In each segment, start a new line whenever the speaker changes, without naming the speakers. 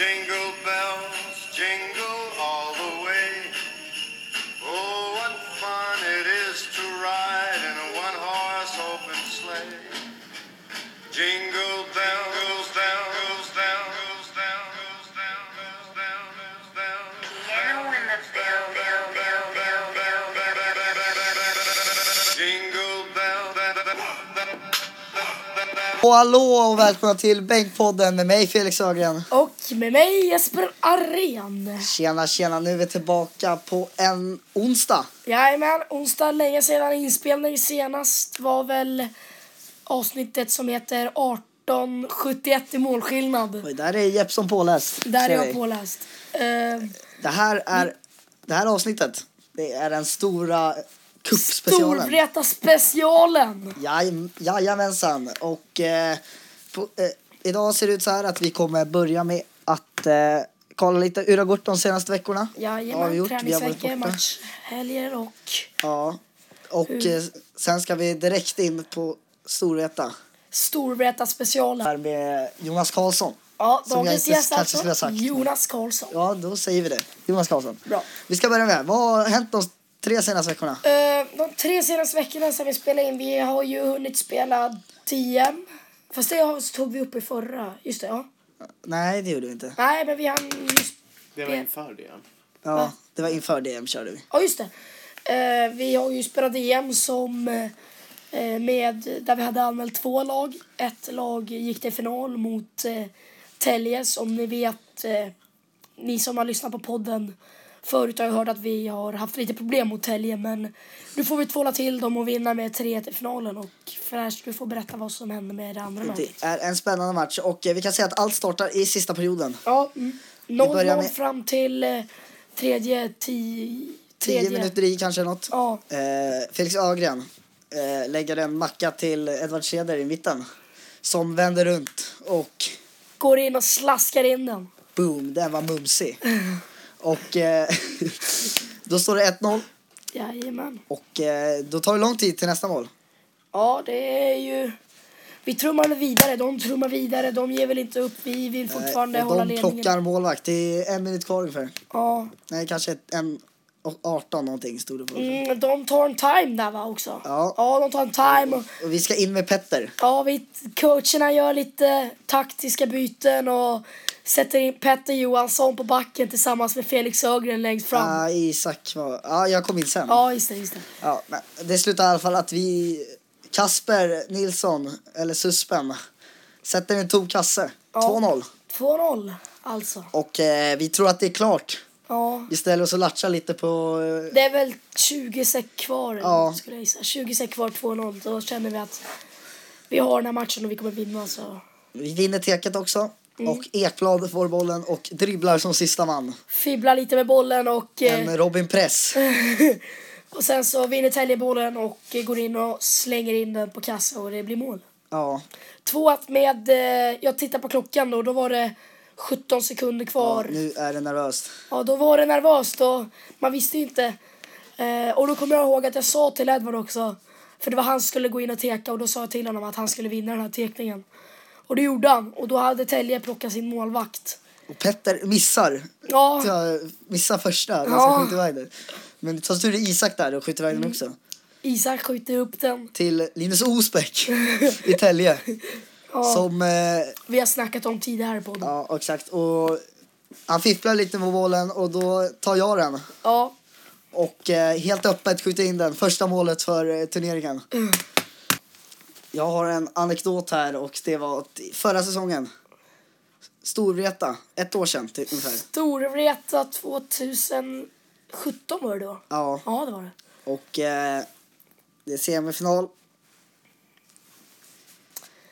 Jingle bells, jingle all the way. Oh, what fun it is to ride in a one horse open sleigh. Jingle bells, bells, bells, bells, bells, bells, bells, bells. Now in the bell, bell, bell, bell, bell, bell, bell, bell. Jingle bell, bell, bell, bell.
Och hallå och välkomna till Bänkpodden med mig Felix Ögren.
Och med mig Jesper Arén.
Tjena, tjena. Nu är vi tillbaka på en onsdag.
Jajamän, onsdag länge sedan inspelning senast var väl avsnittet som heter 1871 i målskillnad.
Oj, där är Jeppson påläst.
Där är
ser
jag
vi.
påläst. Eh,
Det här, är, det här avsnittet, det är den stora cupspecialen.
Storvreta specialen.
Jaj- Jajamensan. Och eh, på, eh, idag ser det ut så här att vi kommer börja med att eh, kolla lite hur det har gått de senaste veckorna. Vad har vi
Jajamän,
gjort? Vi har varit
träningsveckor,
borta.
matchhelger och
Ja. Och eh, sen ska vi direkt in på Storvreta.
storvreta specialen.
här med Jonas Karlsson.
Ja,
Som jag
dagens
inte
gäst
kanske skulle ha
alltså,
sagt.
Jonas Karlsson.
Ja, då säger vi det. Jonas Karlsson.
Bra.
Vi ska börja med, vad har hänt de tre senaste veckorna?
Eh, de tre senaste veckorna som vi spelade in, vi har ju hunnit spela 10. Fast det har- tog vi upp i förra. Just det, ja.
Nej, det gjorde vi inte.
Nej, men vi hann just...
Det var inför det.
Ja, det var inför DM körde vi.
Ja, just det. Eh, vi har ju spelat EM som... eh, med, där vi hade anmält två lag. Ett lag gick till final mot eh, Telges. Om ni vet, eh, ni som har lyssnat på podden förut har ju hört att vi har haft lite problem mot Telge. Men nu får vi tvåla till dem och vinna med 3-1 i finalen. Och Fräsch, du får berätta vad som hände med det andra laget.
Det är en spännande match och eh, vi kan säga att allt startar i sista perioden.
Ja, mm. 0-0
börjar med-
fram till eh, tredje, tio, tredje.
Tio minuter i kanske något.
Ja,
Eh, Felix Ögren eh, lägger en macka till Edvard Scheder i mitten. Som vänder runt och
går in och slaskar in den.
boom, den var mumsig. Och eh, då står det 1-0
Jajamän.
och eh, då tar det lång tid till nästa mål. Eh,
Ja, det är ju... Vi trummar vidare, de trummar vidare, de ger väl inte upp. Vi vill fortfarande
Eh, och
hålla
de
ledningen.
plockar målvakt. Det är en minut kvar ungefär.
Ja.
Nej, kanske ett- en och 18 någonting stod det på.
Mm, de tar en time där va också?
Ja.
ja de tar en time. Och,
Och vi ska in med Petter.
ja, vi, coacherna gör lite taktiska byten och sätter in Petter Johansson på backen tillsammans med Felix Ögren längst fram.
Ja, Isak var... Ja, jag kom in sen.
Ja, just det, just det.
Ja, men det slutar i alla fall att vi... Kasper Nilsson, eller Suspen, sätter en tom kasse.
Ja.
2-0.
2-0 alltså.
Och eh, vi tror att det är klart.
Ja.
Vi ställer oss och latchar lite på... eh,
Det är väl 20 sek kvar
Ja.
skulle jag gissa. 20 sek kvar 2-0. Då känner vi att vi har den här matchen och vi kommer vinna så.
Vi vinner teket också.
Mm.
Och Ekblad får bollen och dribblar som sista man.
Fibblar lite med bollen och, eh,
En Robin Press.
och sen så vinner Telge bollen och eh, går in och slänger in den på kassa och det blir mål.
Ja.
2-1 med, eh, jag tittar på klockan då, då var det 17 sekunder kvar.
Nu är det nervöst.
Ja, då var det nervöst och man visste ju inte. Eh, och då kommer jag ihåg att jag sa till Edvard också, för det var han som skulle gå in och teka och då sa jag till honom att han skulle vinna den här tekningen. Och det gjorde han och då hade Telge plockat sin målvakt.
Och Petter missar.
Ja.
Så, Missar första. Han
Ja. Mm.
ska skjuta iväg den. Men tar tur är Isak där och skjuter iväg den också.
Isak skjuter upp den.
Till Linus Osbeck i Tälje.
Ja,
Som, eh,
Vi har snackat om tidigare på podden.
ja exakt. Och han fipplar lite med bollen och då tar jag den.
Ja,
Och eh, helt öppet skjuter in den. Första målet för eh, turneringen.
Mm.
Jag har en anekdot här och det var att förra säsongen. Storvreta, ett år sedan typ, ungefär.
Storvreta 2017 var det då?
Ja.
Ja, det var det.
Och eh, det är semifinal.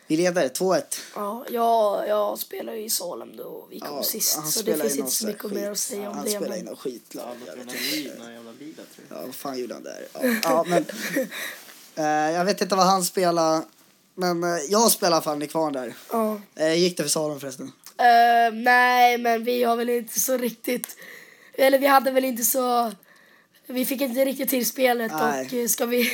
Vi leder 2-1.
Ja, jag, jag spelar ju i Salem då och vi kom sist så det
spelar
finns
in
inte så
någon
mycket mer att
skit-
säga om
han
det.
spelar
men-
in någon skitlag. Jag vet inte.
Några jävla bilar tror jag.
Ja, vad fan gjorde han där? Ja, ja, men, eh, jag vet inte vad han spelar men eh, jag spelar i alla fall i kvarn där.
Ja.
Eh, gick det för Salem förresten?
Eh, nej, men vi har väl inte så riktigt... Eller vi hade väl inte så... Vi fick inte riktigt till spelet
Nej.
och eh, ska vi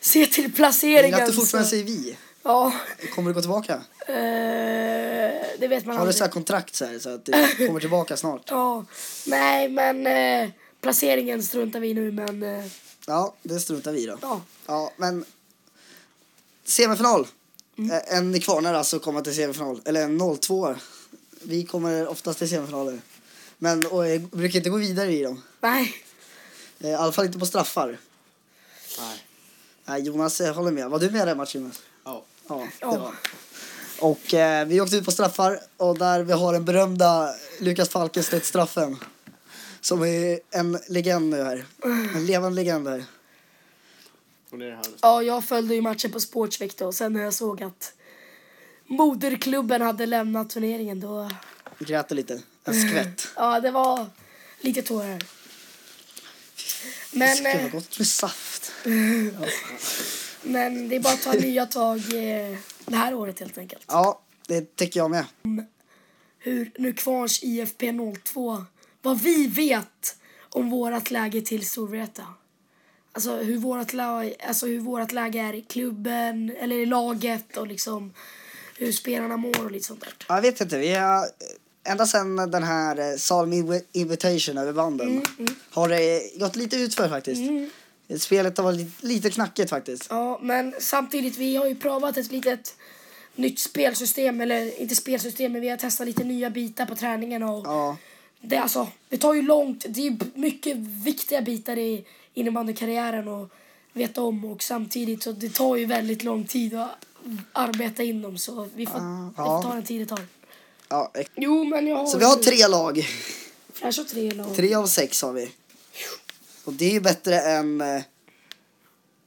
se till
Men att
placeringen
du fortfarande
så...
säger vi.
Ja.
Kommer du gå tillbaka?
Eh, det det vet man
Har du
aldrig.
så här kontrakt så här så att du kommer tillbaka snart?
Ja, nej men eh, placeringen struntar vi i nu men eh,
Ja, det struntar vi i då.
ja.
Ja, men semifinal. Eh, En kvarnar alltså komma till semifinal, eller en 0-2. Vi kommer oftast till semifinaler. Men och, eh, brukar inte gå vidare i dem.
Nej,
Eh, I alla fall inte på straffar.
Nej.
Nej, Jonas eh, håller med. Var du med i den matchen Jonas?
Ja.
Ja, det
Ja.
var Och eh, vi åkte ut på straffar och där vi har den berömda Lukas Falkenstedt-straffen. Som är en legend nu här. En levande legend här.
Och det är här.
ja jag följde ju matchen på Sportsvikt då och sen när jag såg att moderklubben hade lämnat turneringen då,
Vi grät lite. En skvätt.
ja det var lite tårar.
Det
Men,
skulle vara
eh,
gott med saft.
men det är bara att ta nya tag eh, det här året helt enkelt.
Ja, det tycker jag med.
Hur nu Kvarns IFP 02, vad vi vet om vårat läge till Storvreta. Alltså hur vårat, la- alltså hur vårat läge är i klubben eller i laget och liksom hur spelarna mår och lite sånt där.
Jag vet inte, vi har... Ända sedan den här eh, Salm Invi- Invitation över banden har det gått lite utför faktiskt. Spelet har varit li- lite knackigt faktiskt.
Ja, men samtidigt, vi har ju provat ett litet nytt spelsystem, eller inte spelsystem, men vi har testat lite nya bitar på träningen och
Ja,
det, är alltså, det tar ju långt, det är ju mycket viktiga bitar i innebandykarriären och veta om och samtidigt så det tar ju väldigt lång tid att arbeta in dem så vi får,
Ah,
det
ja.
får ta den tid det tar.
ja. ex-
Jo, men jag har
Så vi har
ju-
tre lag.
Flash och tre lag.
Tre av sex har vi. Och det är ju bättre än eh,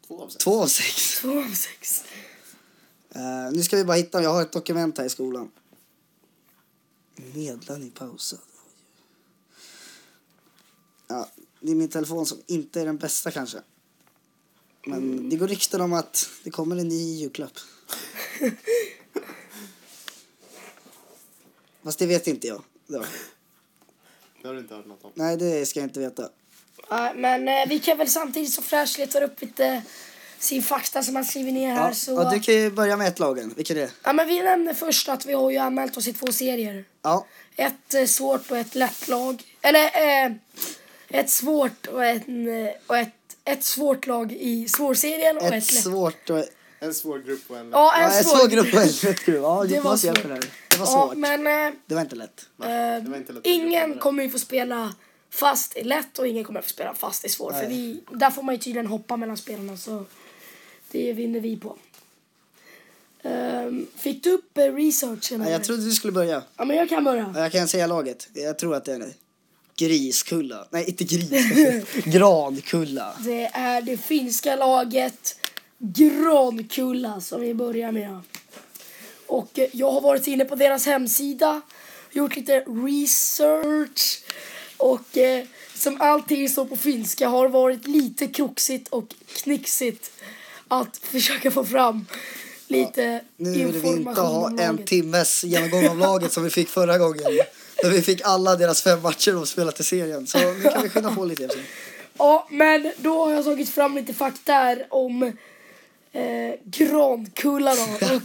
Två av sex.
två av sex.
Två av sex.
Eh, nu ska vi bara hitta, jag har ett dokument här i skolan. Medlan i pausen. Ja, det är min telefon som inte är den bästa kanske. Men det går rykten om att det kommer en ny julklapp. Fast det vet inte jag. Ja.
Det har du inte hört något om.
Nej, det ska jag inte veta.
Ja, men eh, vi kan väl samtidigt som Flash letar upp lite sin fakta som han skriver ner här
Ja,
så...
ja, du kan ju börja med ett lagen. Vilket är det?
Ja, men vi nämnde först att vi har ju anmält oss i två serier.
Ja,
Ett eh, svårt och ett lätt lag. Eller eh, ett svårt och, en, eh, och ett, ett svårt lag i svårserien och ett,
ett
lätt.
svårt och...
En svår grupp och en...
Ja, en
Ja, en
svår,
svår grupp och en lätt grupp. Ja,
Det
det
var
var svårt.
svårt.
Det var
Ja,
svårt.
men eh,
Det var inte lätt.
Nej, det var inte lätt.
ingen kommer ju få spela fast i lätt och ingen kommer få spela fast i svår. För
Nej.
vi, där får man ju tydligen hoppa mellan spelarna så det vinner vi på. Ehm, fick du upp eh, researchen?
Nej,
eller?
jag trodde du skulle börja.
Ja, men jag kan börja.
Ja, Jag kan säga laget. Jag tror att det är det. Griskulla. Nej, inte Griskulla. Grankulla.
Det är det finska laget Grankulla som vi börjar med. Och eh, jag har varit inne på deras hemsida, gjort lite research och eh, som allting står på finska har varit lite kroxigt och knixigt att försöka få fram lite
Nu vill vi
information
inte ha
om
en
laget.
timmes genomgång av laget som vi fick förra gången. Där vi fick alla deras fem matcher de spelat i serien. Så nu kan vi skynda på lite. Eftersom.
Ja, men då har jag tagit fram lite fakta här om eh, Grankulla då. Och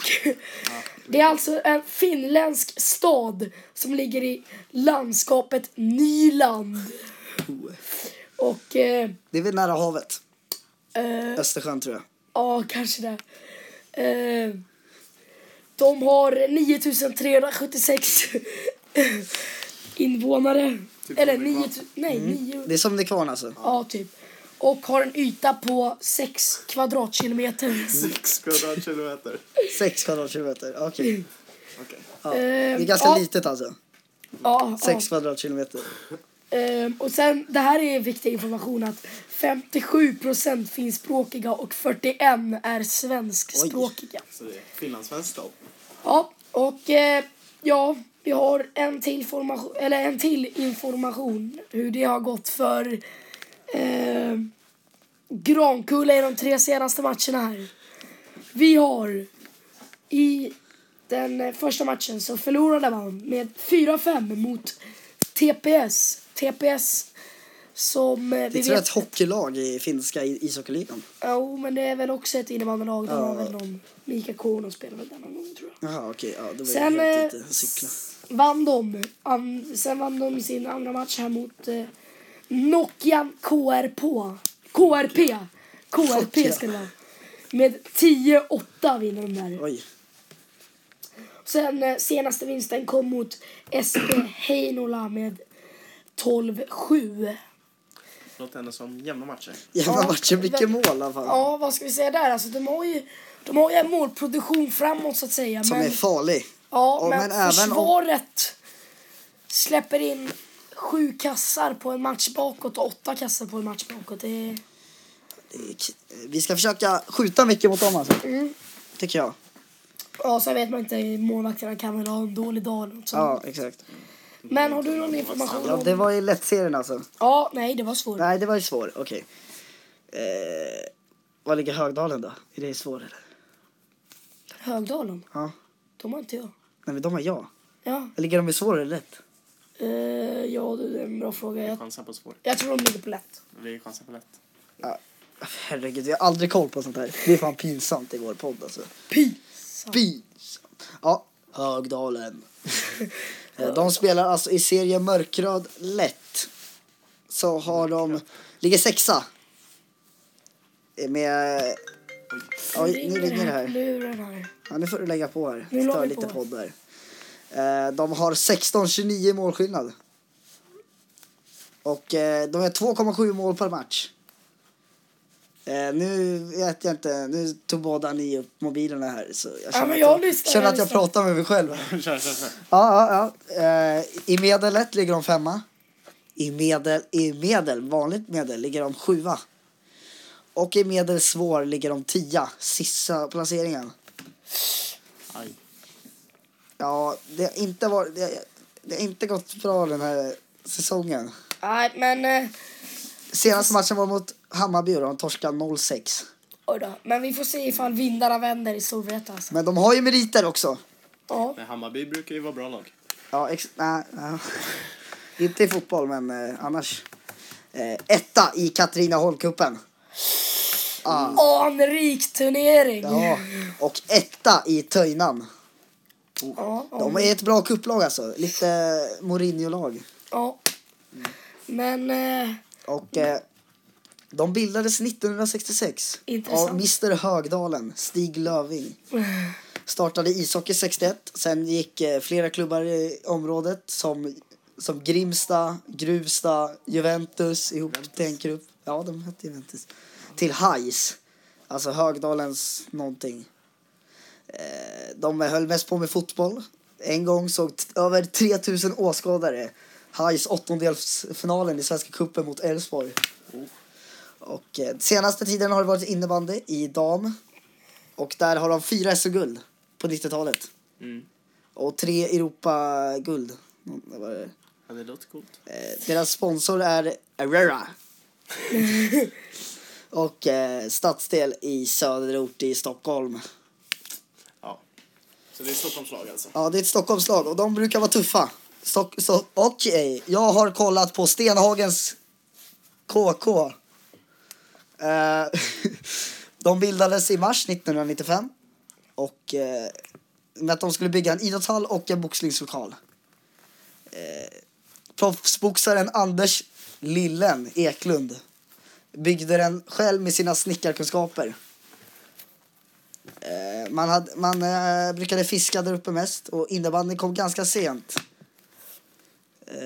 det är alltså en finländsk stad som ligger i landskapet Nyland. Och eh,
Det är väl nära havet.
eh,
Östersjön tror jag.
ja, kanske det. Eh, de har 9376 invånare.
Typ
Eller
som Mm. vi var.
9 nej, 9
Det är som Nykvarn alltså.
Ja, typ. Och har en yta på 6 kvadratkilometer.
Sex kvadratkilometer.
Sex kvadratkilometer. Okej.
Okej.
Ja. Det är
Ehm,
ganska
ja,
litet alltså.
Ja,
Sex
ja.
kvadratkilometer.
Ehm, och sen, det här är viktig information att 57% finskspråkiga och 41 är svenskspråkiga.
Så det är finlandssvenskt då.
Ja, och eh, ja, vi har en till, formation, eller en till information hur det har gått för eh, Grankulla i de tre senaste matcherna här. Vi har i den eh, första matchen så förlorade man med 4-5 mot TPS. TPS Som eh,
Det
vi
är tror jag
vet...
ett hockeylag i finska i- ishockeyligan.
Jo, men det är väl också ett innebandylag. De
Ja.
har väl någon... Mika Korno spelar väl där någon gång, tror jag.
Jaha, okej. Ja, då var
Sen
jag
eh,
helt ute och cykla.
s- vann de. An, sen vann de sin andra match här mot eh, Nokian KRP. KRP. KRP ska det vara. Med 10-8 vinner de där.
Oj.
Sen eh, senaste vinsten kom mot SP Heinola med 12-7.
Låter ändå som jämna matcher.
Jävla
Ja,
matcher, mycket
men-
mål i alla fall.
Ja, vad ska vi säga där? Alltså, de, har ju, de har ju en målproduktion framåt så att säga.
Som
men,
är farlig.
ja,
Ja,
men,
men även om-
försvaret släpper in sju kassar på en match bakåt och åtta kassar på en match bakåt. Det är,
Eh, k- eh, Vi ska försöka skjuta mycket mot dem alltså. Tycker jag.
ja, sen vet man inte, målvakterna kan väl ha en dålig dag eller något sånt.
Ja, exakt.
Men har du någon information
Ja,
om...
det var ju lättserien alltså.
Ja, nej, det var svårt.
Nej, det var ju svår. Okej. Eh, var ligger Högdalen då? Är det svår eller?
Högdalen,
Ja.
de har inte jag.
Nej, men de har jag.
Ja,
Ligger de i svår eller lätt?
eh, ja det är en bra fråga. Jag,
Chansar på svår.
jag tror de ligger på lätt.
Vi chansar på lätt.
Herregud, vi har aldrig koll på sånt här. Det är fan pinsamt i vår podd alltså.
Pinsamt.
Pinsamt. Ja, Högdalen. Eh, de spelar alltså i serien Mörkröd lätt. Så har de, ligger sexa. Eh, Med, oj nu ringer det här.
Luren här.
Ja, nu får du lägga på här.
Nu la
Stör
vi
lite
på.
poddar. Eh, de har 16-29 i målskillnad. Och eh, de är 2,7 mål per match. Eh, nu vet jag inte, nu tog båda ni upp mobilerna här så jag känner
men
att
jag
jag,
lyssnar,
känner
jag
att jag
lyssnar.
pratar med mig själv.
kör, kör, kör.
Ja, ja, ja. Eh, I medel lätt ligger de femma. I medel, i medel, vanligt medel, ligger de sjua. Och i medel svår ligger de tia, sista placeringen.
Aj.
Ja, det har inte, varit, det, har- det har inte gått bra den här säsongen.
Nej, men... Eh,
Senaste matchen var mot Hammarby och de torskade 0-6.
oj då. Men vi får se ifall vindarna vänder i Storvreta. Alltså.
Men de har ju meriter också.
Ja.
Men Hammarby brukar ju vara bra lag.
Ja, ex- nej, nej. Inte i fotboll, men eh, annars. Eh, etta i Katrineholm-cupen.
Anrik turnering.
Ja, och etta i Töjnan.
Ja, ja,
De är ett bra kupplag alltså. Lite Mourinho-lag.
ja. Men... Eh,
Och eh, de bildades 1966 av
Intressant.
Mr Högdalen, Stig Löving. Startade ishockey 61, sen gick eh, flera klubbar i området som, som Grimsta, Gruvsta, Juventus ihop till en grupp. Ja, de hette Juventus. Till Hais, alltså Högdalens någonting. Eh, de höll mest på med fotboll. En gång såg t- över 3000 åskådare Hais åttondelsfinalen i Svenska cupen mot Elfsborg. Och eh, senaste tiden har det varit innebandy i dam. Och där har de fyra SM-guld på 90-talet.
Mm.
Och tre Europa-guld. Mm, vad var det?
Ja, det låter coolt.
Eh, deras sponsor är Arera. och eh, stadsdel i söderort i Stockholm.
Ja. Så det är Stockholmslag alltså.
Ja, det är ett Stockholmslag och de brukar vara tuffa. Stock, so, Okej, jag har kollat på Stenhagens KK. Eh, de bildades i mars 1995 och eh, med att de skulle bygga en idrottshall och en boxningslokal. Eh, proffsboxaren Anders Lillen Eklund byggde den själv med sina snickarkunskaper. Eh, man, hade, man eh, brukade fiska där uppe mest och innebandyn kom ganska sent. Eh,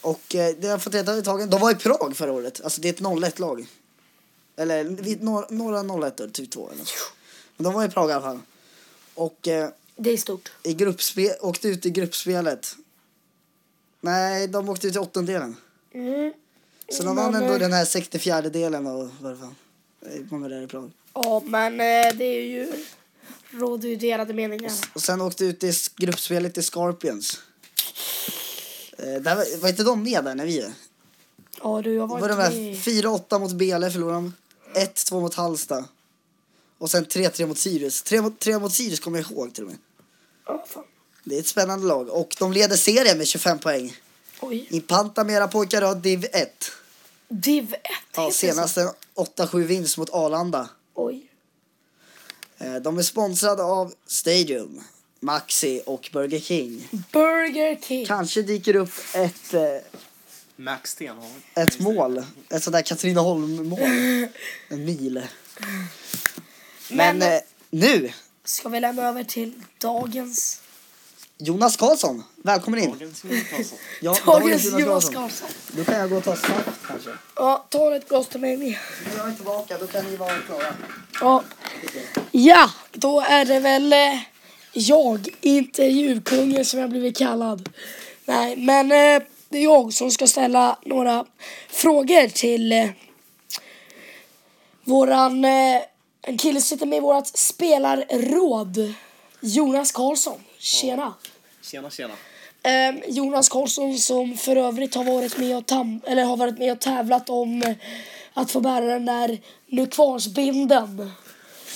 och eh, det har jag fått reda på i tagen. De var i Prag förra året. Alltså det är ett 01-lag. Eller vid några, några 01 typ två eller något. Men de var i Prag i alla fall. Och eh,
det är stort.
i gruppspe- åkte ut i gruppspelet. Nej, de åkte ut i åttondelen.
Mm.
Så de vann ändå den här 64 delen av vad det var. Eh, Många där i Prag.
Ja, men eh, det är ju... Råder ju delade meningar.
Och sen åkte ut i s- gruppspelet i Scorpions. Eh, där var, var inte de med där när vi är?
Ja, du, jag
Var
var,
de
inte
där
med. i-
4-8 mot Bele förlorade de. 1-2 mot Halsta. Och sen 3-3 mot Sirius. 3 mot, 3 mot Sirius kommer jag ihåg till och med.
Ja, fan.
Det är ett spännande lag. Och de leder serien med 25 poäng.
Oj.
Impanta med era pojkar har div 1.
Div 1
Ja, senast en 8-7 vinst mot Arlanda.
Oj.
Eh, De är sponsrade av Stadium, Maxi och Burger King.
Mm. Burger King.
Kanske dyker upp ett, eh,
Max Stenholm.
ett mål. Ett sånt där Katrineholm-mål. En mil. Men,
Men-
eh, nu,
Ska vi lämna över till dagens,
Jonas Karlsson. Välkommen in.
Dagens Jonas Karlsson.
Ja,
dagens Jonas Karlsson.
Då kan jag gå och ta snabbt kanske.
Ja, ta ett glas till mig med.
Nu är jag tillbaka, då kan ni vara klara.
Ja. ja, då är det väl eh, jag, intervjukungen som jag blivit kallad. Nej, men eh, det är jag som ska ställa några frågor till eh, våran, eh, en kille som sitter med i vårat spelarråd, Jonas Karlsson. Tjena!
Tjena, tjena.
Ehm, Jonas Karlsson som för övrigt har varit med och, tam- eller har varit med och tävlat om eh, att få bära den där nykvarnsbinden.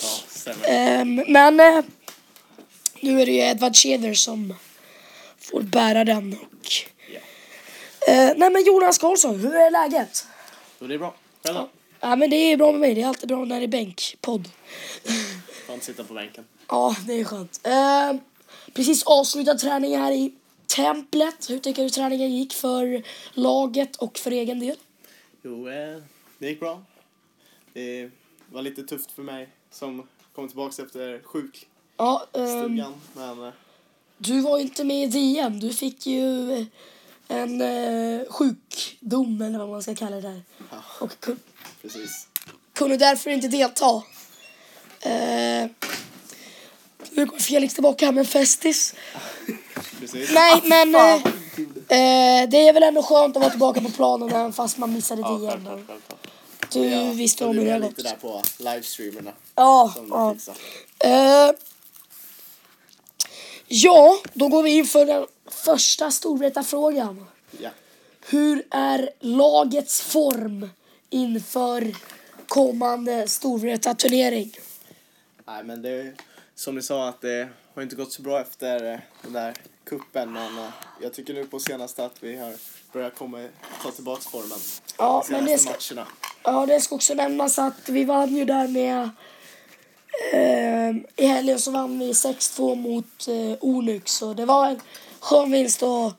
Ja, stämmer.
Ehm, men eh, nu är det ju Edward Cheder som får bära den. Och,
Ja.
eh, nej men Jonas Karlsson, hur är läget?
Då är det bra. Själv då?
Ja men det är bra med mig, det är alltid bra när det är bänkpodd.
Fan, sitta på bänken.
Ja, det är skönt. Ehm, precis avslutad träning här i templet. Hur tycker du träningen gick för laget och för egen del?
Jo, eh, det gick bra. Det var lite tufft för mig som kom tillbaka efter sjukstugan.
Ja, ehm,
Men eh,
du var ju inte med i DM. Du fick ju eh, en eh, sjukdom eller vad man ska kalla det där.
Ja.
Och ku-
precis.
kunde därför inte delta. Eh, nu går Felix tillbaka här med en festis.
precis.
Nej, men eh, eh, det är väl ändå skönt att vara tillbaka på planen även fast man missade
Ja,
DM.
självklart, självklart.
Du
Ja,
visste
och
om
du
hur det
är
gått.
lite där på livestreamerna.
Ja,
Som du
ja.
fixar.
Eh, ja, då går vi in för den första Storvreta-frågan.
Ja.
Hur är lagets form inför kommande Storvreta-turnering?
Nej, men det är som ni sa att det har inte gått så bra efter eh, den där kuppen men eh, jag tycker nu på senaste att vi har börjat komma, ta tillbaka formen.
Ja,
De
men
senaste
det ska,
matcherna.
ja, det ska också nämnas att vi vann ju där med... ehm, I helgen så vann vi 6-2 mot eh, Onyx så det var en skön vinst och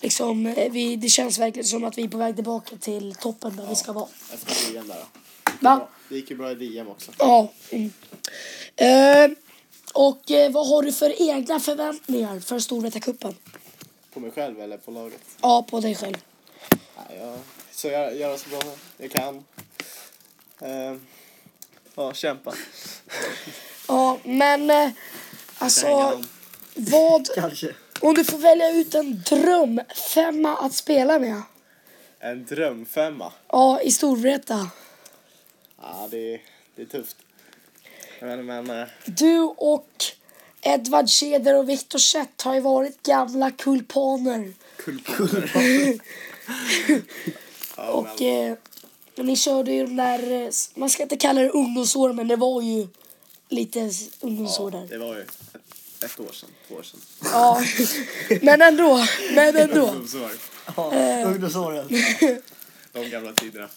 liksom, eh, vi, det känns verkligen som att vi är på väg tillbaka till toppen där vi ska vara.
Efter VM där då.
Va?
Bra. Det gick ju bra i VM också.
Ja. Mm. Eh, och eh, vad har du för egna förväntningar för Storvreta-cupen?
På mig själv eller på laget.
Ja, på dig själv.
Nej, jag, så jag gör så bra jag kan. Ehm, ja, kämpa.
Ja, men eh, alltså vad...
Kanske.
Om du får välja ut en drömfemma att spela med.
En drömfemma.
Ja, i Storvreta.
Ja, det, är- det är tufft. Men, men eh,
Du och Edvard Keder och Viktor Kett har ju varit gamla kulpaner.
ja,
Och
men,
eh, ni körde ju de där, eh, s- man ska inte kalla det ungdomsår, men det var ju lite s- ungdomsår
ja,
där.
det var ju ett, ett år sedan, två år sedan.
Ja, men ändå. Men ändå.
Så var det.
Ja, ungdomsåren.
De gamla tiderna.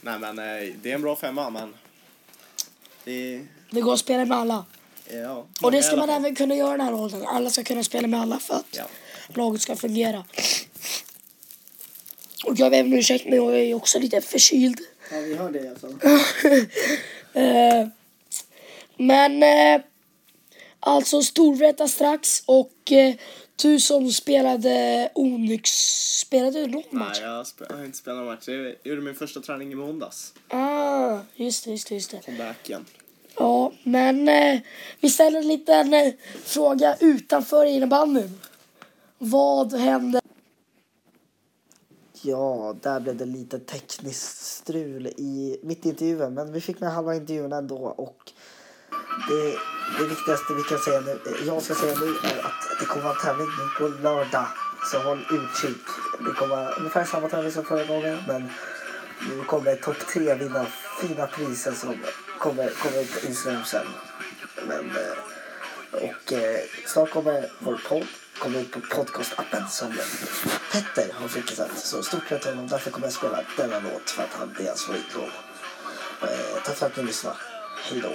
Nej, men eh, det är en bra femma, men det är...
Det går att spela med alla.
Ja,
Och
många i
det ska
alla
man
fall.
även kunna göra i den här åldern. Alla ska kunna spela med alla för att
Ja.
laget ska fungera. Och jag ber om ursäkt men jag är också lite förkyld.
Ja, vi hör det alltså.
Eh, men eh, alltså Storvreta strax och eh, du som spelade Onyx, spelade du någon match?
Nej, jag, spe- jag har inte spelat någon match. Jag gjorde min första träning i måndags.
Ah, just det, just det, just det.
Kom back igen.
Ja, men eh, vi ställer en liten eh, fråga utanför innebandyn. Vad händer
Ja, där blev det lite tekniskt strul i mitt i intervjun, men vi fick med halva intervjun ändå och det, det viktigaste vi kan säga nu, eh, jag ska säga nu är att det kommer vara en tävling nu på lördag, så håll utkik. Det kommer vara ungefär samma tävling som förra gången, men nu kommer topp tre vinna fina priser som kommer, kommer på Instagram sen. Men, eh, och eh, snart kommer vår podd kom in på podcastappen som Petter har fixat. Så stort grattis till honom. Därför kommer jag spela denna låt för att han, det är hans favoritlåt. Eh, tack för att ni lyssnade. Hej då.